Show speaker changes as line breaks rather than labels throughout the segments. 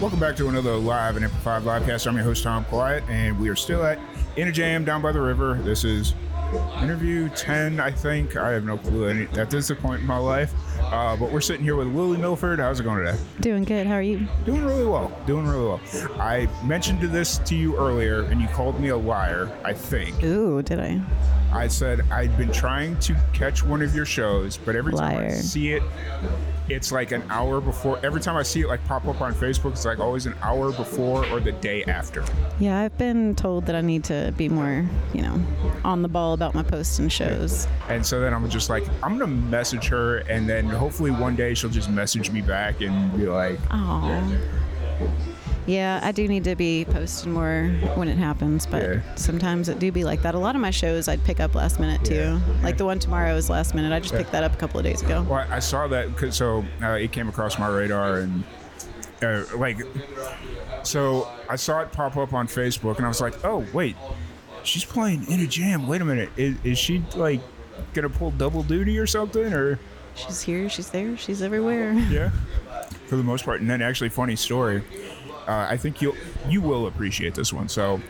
Welcome back to another live and amplified livecast. I'm your host Tom Quiet, and we are still at In a Jam down by the river. This is interview ten, I think. I have no clue any, at this point in my life, uh, but we're sitting here with Lily Milford. How's it going today?
Doing good. How are you?
Doing really well. Doing really well. I mentioned this to you earlier, and you called me a liar. I think
Ooh, did I?
I said I'd been trying to catch one of your shows, but every time I
Liar.
see it. It's like an hour before. Every time I see it like pop up on Facebook, it's like always an hour before or the day after.
Yeah, I've been told that I need to be more, you know, on the ball about my posts and shows.
And so then I'm just like, I'm gonna message her, and then hopefully one day she'll just message me back and be like,
Aw. Yeah, I do need to be posting more when it happens, but
Yeah.
sometimes it do be like that. A lot of my shows I'd pick up last minute too.
Yeah.
Like the one tomorrow is last minute. I just picked that up a couple of days ago.
"Well, I saw that." 'cause- so uh, it came across my radar, and uh, like, so I saw it pop up on Facebook, and I was like, "Oh wait, she's playing in a jam. Wait a minute, is, is she like gonna pull double duty or something?" Or
She's here, she's there, she's everywhere.
yeah, for the most part. And then actually, funny story. Uh, I think you'll you will appreciate this one. So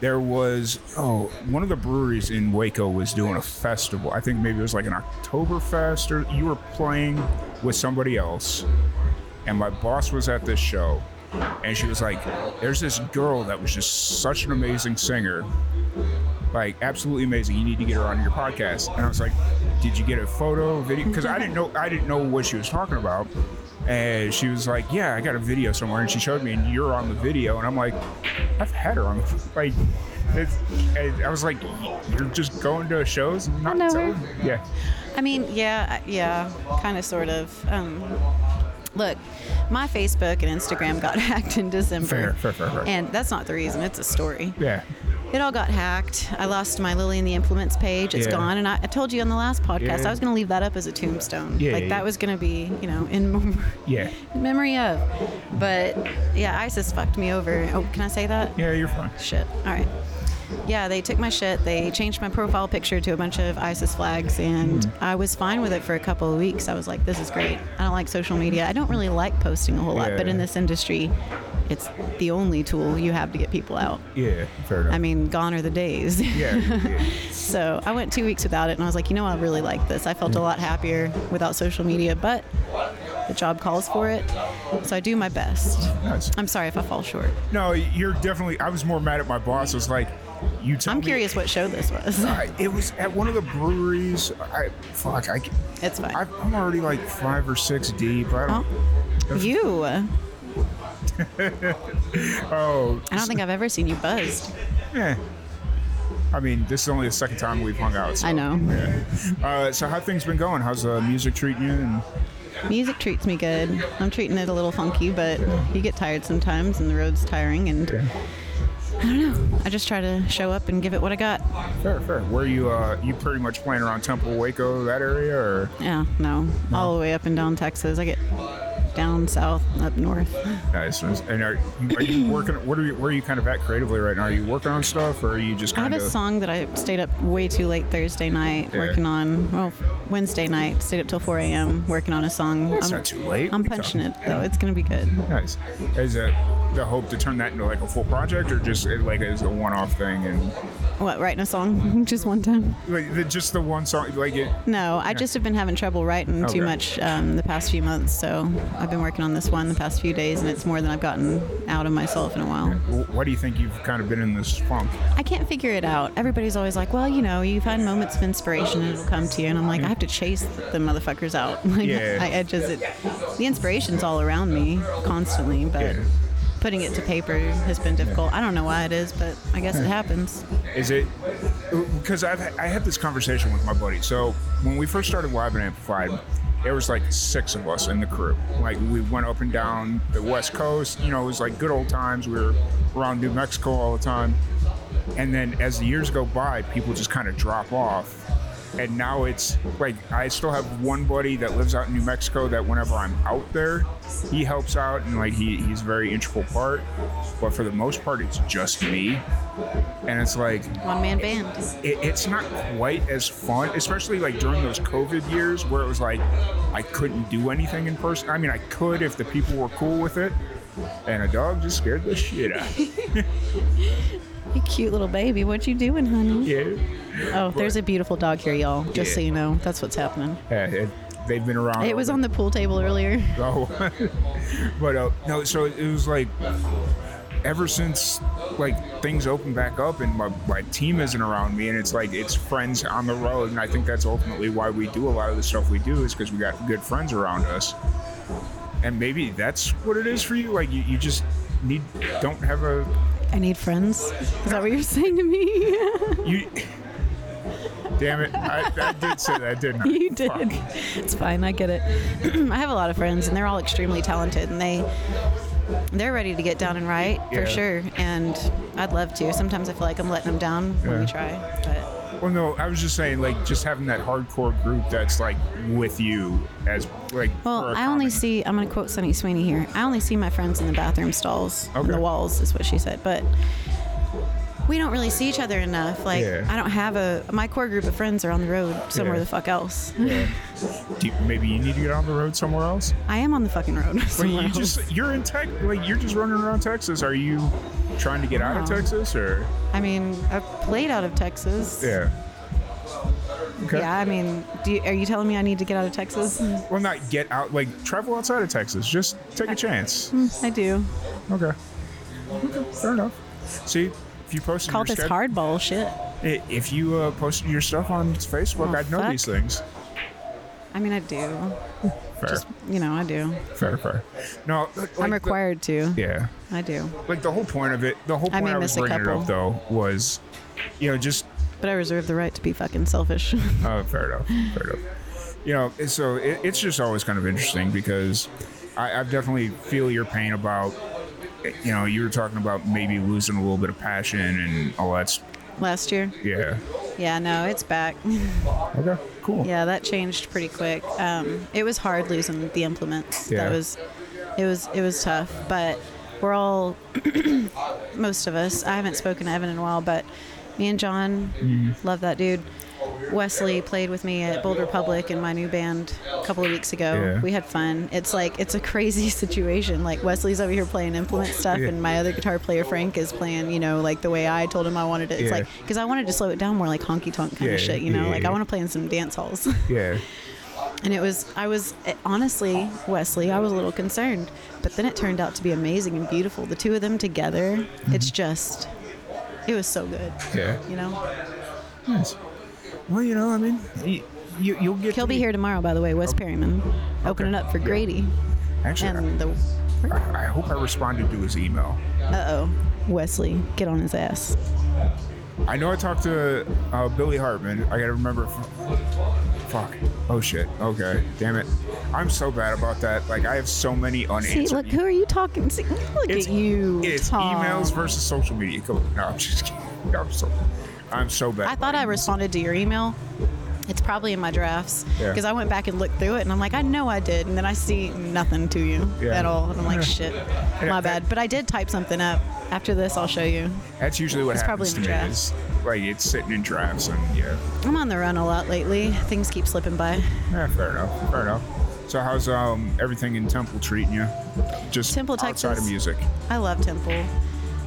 there was oh one of the breweries in Waco was doing a festival. I think maybe it was like an Oktoberfest or you were playing with somebody else. And my boss was at this show, and she was like, "There's this girl that was just such an amazing singer." like absolutely amazing. You need to get her on your podcast. And I was like, did you get a photo, video? Because I didn't know I didn't know what she was talking about. And she was like, yeah, I got a video somewhere, and she showed me, and you're on the video, and I'm like, I've had her on the like. It's, and I was like, you're just going to shows, and not
know
telling. Yeah,
I mean, yeah, I- yeah, kind of, sort of. Um, look, my Facebook and Instagram got hacked in December.
Fair, fair, fair, fair.
And that's not the reason. It's a story.
yeah,
It all got hacked. I lost my Lily and the Implements page. It's
Yeah.
gone. And I, I told you on the last podcast
Yeah.
I was going to leave that up as a tombstone.
Yeah,
like
yeah, yeah.
that was going to be, you know, in mem-
yeah,
in memory of. But yeah, ISIS fucked me over. Oh, can I say that?
yeah. You're fine.
Shit. All right. Yeah, they took my shit. They changed my profile picture to a bunch of ISIS flags, and
Hmm.
I was fine with it for a couple of weeks. I was like, this is great. I don't like social media. I don't really like posting a whole lot, but in
Yeah.
this industry, it's the only tool you have to get people out.
Yeah, fair enough.
I mean, gone are the days.
yeah, yeah.
so I went two weeks without it, and I was like, you know, I really like this. I
Hmm.
felt a lot happier without social media, but the job calls for it. So I do my best.
Nice.
I'm sorry if I fall short.
No, you're definitely. I was more mad at my boss. I was like, you tell
I'm
me-
curious what show this was.
I- it was at one of the breweries. I fuck. I ca-
It's fine.
I've, I'm already like five or six deep. I don't.
You. I
Oh,
don't think I've ever seen you buzzed.
eh. I mean, this is only the second time we've hung out. So.
I know.
Yeah. Uh, so how things been going? How's the music treating you? And
Music treats me good. I'm treating it a little funky, but you get tired sometimes and the road's tiring and I don't know. I just try to show up and give it what I got.
fair, fair. Where you? Uh, you pretty much playing around Temple, Waco, that area, or
Yeah, no. All the way up and down Texas. I get down south, up north.
nice. And are, are you working? What are you? Where are you kind of at creatively right now? Are you working on stuff, or are you just
I have
kind
a
of?
song that I stayed up way too late Thursday night
Yeah.
working on. Well, Wednesday night, stayed up till 4 a.m. working on a song.
That's
I'm-
not too late.
I'm
What are you
punching it
talking-
though. It's gonna be good.
Nice. Is it the hope to turn that into like a full project, or just uh, like as a one-off thing and?
What? Writing a song just one time?
Like the, just the one song, like it.
No, I just have been having trouble writing
Okay.
too much um, the past few months, so I've been working on this one the past few days, and it's more than I've gotten out of myself in a while.
wh- Why do you think you've kind of been in this funk?
I can't figure it out. Everybody's always like, "Well, you know, you find moments of inspiration, and it'll come to you." And I'm like, I have to chase the motherfuckers out. Like,
Mm-hmm. Yeah.
I, I just it, the inspiration's all around me constantly, but.
Yeah.
Putting it to paper has been difficult. I don't know why it is, but I guess it happens.
Is it because I've I had this conversation with my buddy. So when we first started Live and Amplified, there was like six of us in the crew. Like we went up and down the West Coast. You know, it was like good old times. We were around New Mexico all the time. And then as the years go by, people just kind of drop off. And now it's like I still have one buddy that lives out in New Mexico that whenever I'm out there, he helps out and like he, he's a very integral part. But for the most part, it's just me. And it's like
One man band.
it, it's not quite as fun, especially like during those COVID years where it was like I couldn't do anything in person. I mean, I could if the people were cool with it, and a dog just scared the shit out of me.
You cute little baby. What you doing, honey?
Yeah.
Oh, there's a beautiful dog here, y'all. Just so
Yeah.
you know, that's what's happening.
Yeah, it- they've been around.
It was on the pool table earlier.
So, but uh, no, so it was like ever since like things open back up and my, my team isn't around me, and it's like it's friends on the road, and I think that's ultimately why we do a lot of the stuff we do is because we got good friends around us, and maybe that's what it is for you. Like you, you just need don't have a
I need friends. Is that what you're saying to me?
you. Damn it! I, I did say that, didn't I?
you did.
Fuck.
It's fine. I get it. I have a lot of friends, and they're all extremely talented, and they they're ready to get down and right
Yeah.
for sure. And I'd love to. Sometimes I feel like I'm letting them down when
Yeah.
we try, but
Well, no, I was just saying, like, just having that hardcore group that's like with you as like.
Well,
for a
I only
common-
see, I'm going to quote Sunny Sweeney here. I only see my friends in the bathroom stalls, on
Okay.
the walls, is what she said. But we don't really see each other enough. Like,
Yeah.
I don't have a, my core group of friends are on the road somewhere
Yeah.
the fuck else.
Do you- maybe you need to get on the road somewhere else.
I am on the fucking road
Like,
somewhere
you
else.
just you're in tech, like you're just running around Texas. Are you trying to get out of
No.
Texas or?
I mean, I've played out of Texas.
Yeah. Okay.
Yeah, I mean, do you, are you telling me I need to get out of Texas?
Well, not get out. Like travel outside of Texas. Just take a chance.
I do.
Okay. Okay, Fair enough. See, if you posted
Mm-hmm. Call
your
this
sched-
hardball shit.
i- if you uh, posted your stuff on Facebook,
Oh,
I'd know
fuck.
these things.
I mean, I do.
Fair,
You know, I do.
fair, fair. No, like,
I'm
the-
required to.
yeah.
I do.
Like the whole point of it, the whole
I
point I,
may
was
miss a
bringing it
couple.
up though was, you know, just
But I reserve the right to be fucking selfish.
Uh, fair enough. Fair enough. You know, it's- so it, it's just always kind of interesting because I, I definitely feel your pain about, you know, you were talking about maybe losing a little bit of passion and all that's,
Last year.
yeah.
Yeah, no, it's back.
Okay, cool.
yeah, that changed pretty quick. Um, it was hard losing the implements.
Yeah.
That was, it was, it was tough. But we're all, most of us. I haven't spoken to Evan in a while, but me and John
Mm-hmm.
love that dude. Wesley played with me at Boulder Public in my new band a couple of weeks ago.
Yeah.
We had fun. It's like it's a crazy situation. Like Wesley's over here playing implement stuff,
Yeah.
and my other guitar player Frank is playing. You know, like the way I told him I wanted it. It's
Yeah.
like because I wanted to slow it down more, like honky tonk kind
Yeah,
of shit. You know,
yeah,
like
yeah.
I want to play in some dance halls.
Yeah.
And it was, I was eh, honestly, Wesley, I was a little concerned, but then it turned out to be amazing and beautiful. The two of them together, it's just, it was so good.
Mm-hmm. Yeah.
You know,
Nice. Well, you know, I mean, you, you, you'll get.
he'll
to
be here tomorrow, by the way. Wes Perryman, opening up for
Yeah.
Grady,
Actually,
and the,
I, I hope I responded to his email.
uh oh, Wesley, get on his ass.
I know I talked to uh, Billy Hartman. I gotta remember. if- Fuck. Oh shit. Okay. Damn it. I'm so bad about that. Like I have so many
See,
unanswered.
look, who are you talking? See, look
It's-
at you.
It's
Tom.
emails versus social media. Come on. No, I'm just kidding. I'm so. I'm so bad.
I thought I responded to your email. It's probably in my drafts
Yeah.
because I went back and looked through it, and I'm like, I know I did, and then I see nothing to you
Yeah.
at all, and I'm like,
Yeah.
shit, my bad. But I did type something up. After this, I'll show you.
That's usually what
It's probably
happens to
in
me.
the
Is, like it's sitting in drafts and yeah.
I'm on the run a lot lately. Things keep slipping by.
Yeah. Eh, Fair enough. Fair enough. So how's um everything in Temple treating you? Just
Temple,
outside
Texas.
of music.
I love Temple.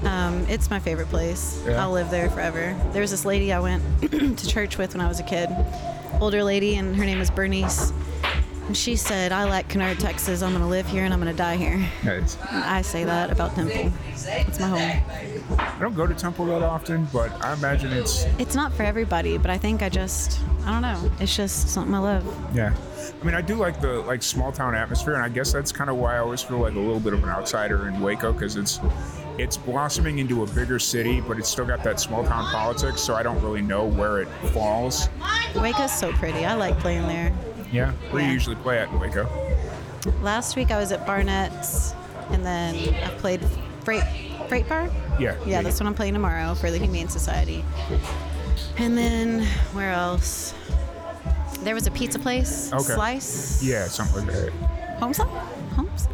Um, it's my favorite place.
Yeah.
I'll live there forever. There was this lady I went to church with when I was a kid, older lady, and her name was Bernice. And she said, I like Kennard, Texas. I'm going to live here and I'm going to die here.
Nice.
I say that about Temple. It's my home.
I don't go to Temple that often, but I imagine it's
It's not for everybody, but I think I just, I don't know. It's just something I love.
Yeah, I mean, I do like the like small town atmosphere, and I guess that's kind of why I always feel like a little bit of an outsider in Waco because it's it's blossoming into a bigger city, but it's still got that small town politics. So I don't really know where it falls.
Waco's so pretty. I like playing there.
Yeah. Where do
Yeah.
you usually play at in Waco?
Last week I was at Barnett's, and then I played Freight Freight Bar.
Yeah.
Yeah, that's what I'm playing tomorrow for the Humane Society. And then where else? There was a pizza place,
Okay.
Slice,
Yeah, something like that.
Homes, Homes.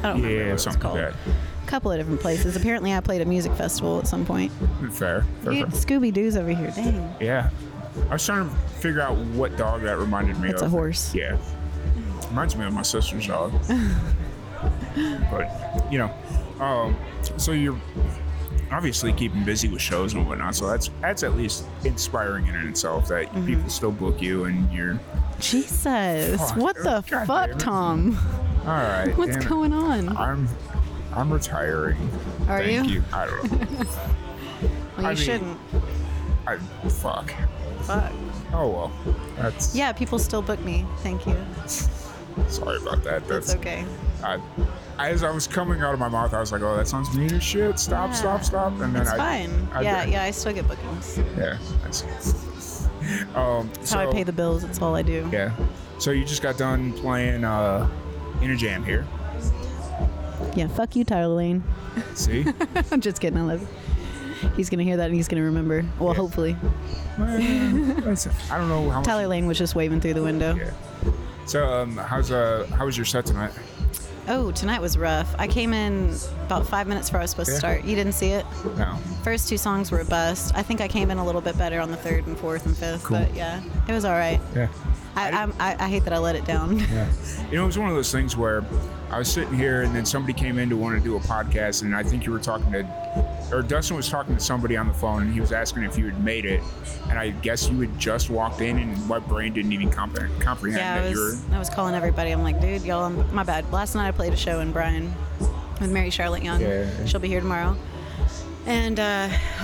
I don't remember
Yeah,
what
something
it's called.
like
A couple of different places. Apparently, I played a music festival at some point.
that. Fair. fair, fair.
Scooby Doo's over here. Dang.
Yeah. I was trying to figure out what dog that reminded me
It's
of.
a horse.
Yeah. Reminds me of my sister's dog. but, you know, um, so you're obviously keeping busy with shows and whatnot. So that's that's at least inspiring in itself that
Mm-hmm.
people still book you and you're
Jesus.
Fuck.
What the
God damn
fuck,
it.
Tom?
all right.
What's
damn it.
going on?
I'm I'm retiring.
Are
Thank
you?
you? I don't know.
Well, you
I mean-
shouldn't.
I, fuck.
Fuck.
Oh well. That's
Yeah, people still book me. Thank you.
Sorry about that. That's,
That's okay.
I, as I was coming out of my mouth, I was like, "Oh, that sounds mean as shit." Stop,
Yeah.
stop, stop. And then
It's
I,
fine.
I-
yeah, yeah, I still get bookings. That's
yeah. That's, um, so,
how I pay the bills. That's all I do.
Yeah. So you just got done playing uh, Inner Jam here.
Yeah, fuck you, Tyler Lane.
See?
I'm just kidding. I love you. He's going to hear that and he's going to remember. Well,
Yeah.
hopefully.
Well, that's- I don't know how much.
Tyler Lane was just waving through the window.
Yeah. So um, how's uh how was your set tonight?
Oh, tonight was rough. I came in about five minutes before I was supposed
Yeah.
to start. You didn't see it?
No.
First two songs were a bust. I think I came in a little bit better on the third and fourth and fifth,
Cool.
but yeah, it was all right.
Yeah.
I, I'm, I, I hate that I let it down.
Yeah. You know, it was one of those things where I was sitting here and then somebody came in to want to do a podcast, and I think you were talking to, or Dustin was talking to somebody on the phone, and he was asking if you had made it. And I guess you had just walked in, and my brain didn't even compre- comprehend
Yeah,
that
I
you were.
was, I was calling everybody. I'm like, dude, y'all, I'm, my bad. Last night I played a show in Bryan with Mary Charlotte Young.
Yeah.
She'll be here tomorrow. And uh,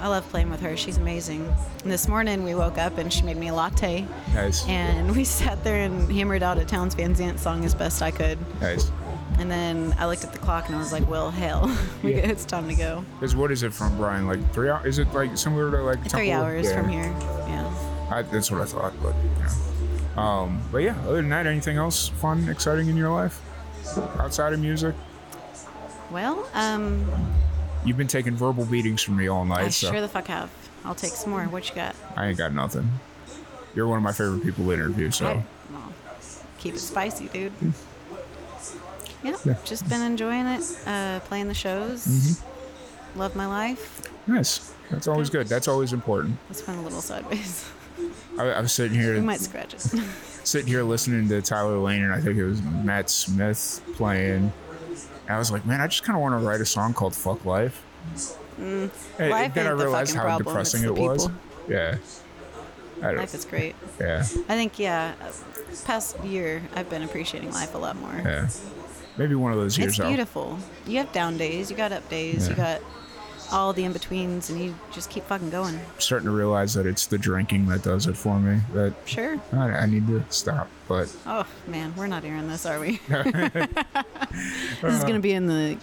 I love playing with her. She's amazing. And this morning we woke up and she made me a latte.
Nice.
And we sat there and hammered out a Towns Van Zant song as best I could.
Nice.
And then I looked at the clock and I was like, well, hell, we
Yeah.
it's time to go.
'Cause what is it from Brian? Like three hours? Is it like similar to like
Three
Temple-
hours
Yeah.
from here. Yeah.
I, that's what I thought, but you know. Um, but yeah, other than that, anything else fun, exciting in your life outside of music?
Well, um,
You've been taking verbal beatings from me all night,
I
so
sure the fuck have. I'll take some more. What you got?
I ain't got nothing. You're one of my favorite people to interview, so
I- well, keep it spicy, dude. Yeah, just been enjoying it, uh, playing the shows. Love my life.
nice. That's always good. That's always important.
It's been a little sideways.
I, I was sitting
we
here,
might scratch it.
sitting here listening to Tyler Lane, and I think it was Matt Smith playing. And I was like, man, I just kind of want to write a song called "Fuck Life." And
Mm. Life
then I
ain't the
realized
fucking
how
problem, it's
depressing
the
it was.
people.
Yeah. I
life
don't,
is great.
yeah.
I think, yeah, uh, past year, I've been appreciating life a lot more.
Yeah. Maybe one of those years.
It's
I'll-
beautiful. You have down days, you got up days, you got all the in betweens, and you just keep fucking going.
starting to realize that it's the drinking that does it for me. That
Sure.
I, I need to stop. But
Oh man, we're not airing this, are we? this is gonna be in the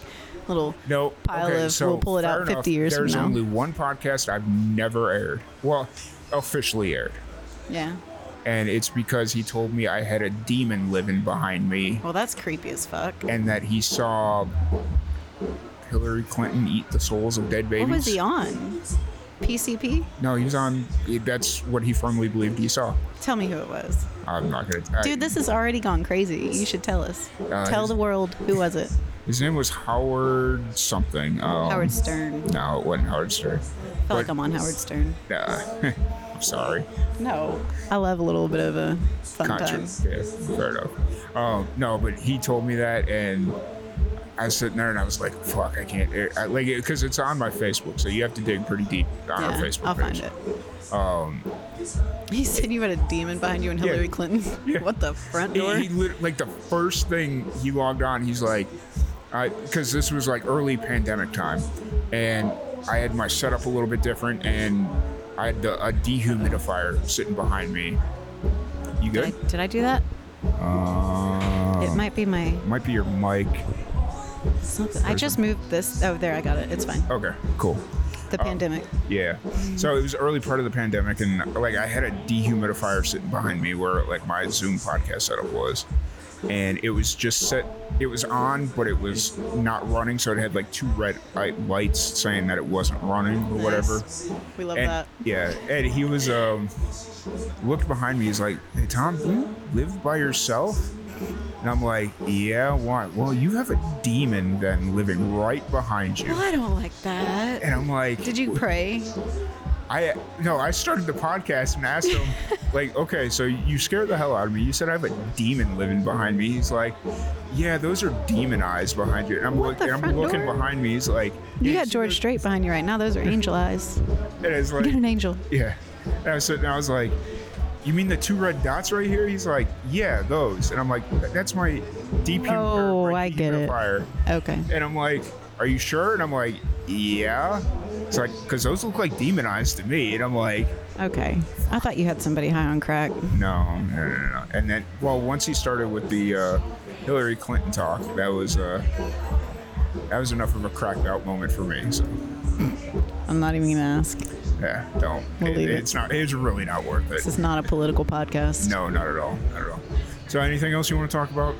little
no
pile
okay,
of
so
we'll pull it out
fair
50
enough,
years from
There's
now.
only one podcast I've never aired. Well, officially aired,
yeah.
and it's because he told me I had a demon living behind me,
Well, that's creepy as fuck.
and that he saw Hillary Clinton eat the souls of dead babies.
What was he on? PCP?
No, he was on. That's what he firmly believed he saw.
Tell me who it was.
I'm not gonna. I-
Dude, this has already gone crazy. You should tell us.
Uh,
tell
his-
the world who was it.
His name was Howard something. Um,
Howard Stern. Felt
No, it wasn't Howard Stern.
like I'm on Howard Stern.
Nah, I'm sorry.
No, I love a little bit of a fun time.
Conscience. Yeah, fair enough. Um, no, but he told me that, and I was sitting there and I was like, "Fuck, I can't." It, I, like, because it's on my Facebook, so you have to dig pretty deep on our
Yeah,
Facebook
I'll find
page.
it. Um, he said you had a demon behind you and Hillary Clinton.
Yeah.
What the front
He,
door?
he lit, like the first thing he logged on, he's like, because this was like early pandemic time, and I had my setup a little bit different, and I had the, a dehumidifier sitting behind me. You
Did I,
good?
did I do that?
Uh,
It might be my.
might be your mic.
something. I just moved this. Oh, there, I got it. It's fine.
Okay, cool.
the pandemic.
Yeah. So it was early part of the pandemic, and like I had a dehumidifier sitting behind me where like my Zoom podcast setup was, and it was just set. It was on, but it was not running, so it had like two red light- lights saying that it wasn't running or whatever.
Nice. We love
And-
that.
Yeah, and he was um looked behind me. He's like, "Hey, Tom, do you live by yourself?" And I'm like, "Yeah, why?" Well, you have a demon then living right behind you.
Well, I don't like that.
And I'm like,
Did you pray?
I no, I started the podcast and asked him, like, okay, so you scared the hell out of me. You said I have a demon living behind me. He's like, yeah, those are demon eyes behind you. And I'm, look,
the
and I'm
front
looking
door?
behind me. He's like,
You
yeah,
got
see
George
those-
Strait behind you right now. Those are angel eyes.
And it's
Get an
like,
angel.
yeah. And I was sitting. there, I was like, you mean the two red dots right here? He's like, yeah, those. And I'm like, that's my deep.
Oh, I get it. Okay.
And I'm like, are you sure? And I'm like, yeah. It's like, because those look like demon eyes to me. And I'm like,
Okay. I thought you had somebody high on crack.
No, no, no, no. And then, well, once he started with the uh, Hillary Clinton talk, that was uh, that was enough of a cracked out moment for me. So
I'm not even gonna ask.
yeah, don't.
We'll
It-
leave it.
It's not. It's really not worth
This
it.
is not a political podcast.
No, not at all. Not at all. So, anything else you want to talk about?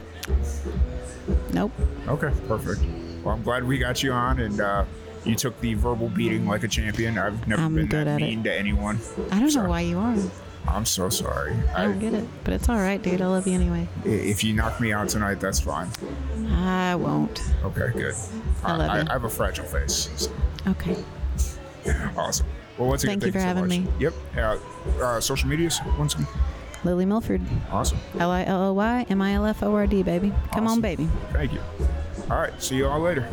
Nope.
Okay, perfect. Well, I'm glad we got you on, and uh, you took the verbal beating like a champion. I've never
I'm
been
good
that
at it.
mean to anyone.
I don't know
Sorry.
why you are.
I'm so sorry.
I don't get it, but it's all right, dude. I love you anyway.
if you knock me out tonight, that's fine.
I won't.
Okay, good.
I love
I,
you.
I have a fragile face. so-
Okay.
Awesome. Well, once again,
Thank you for
so
having
much.
me.
Yep. Uh, uh, social medias, once again.
Lily Milford.
Awesome.
L I L O Y M I L F O R D, baby. Come on,
Awesome.
baby.
Thank you. All right. See you all later.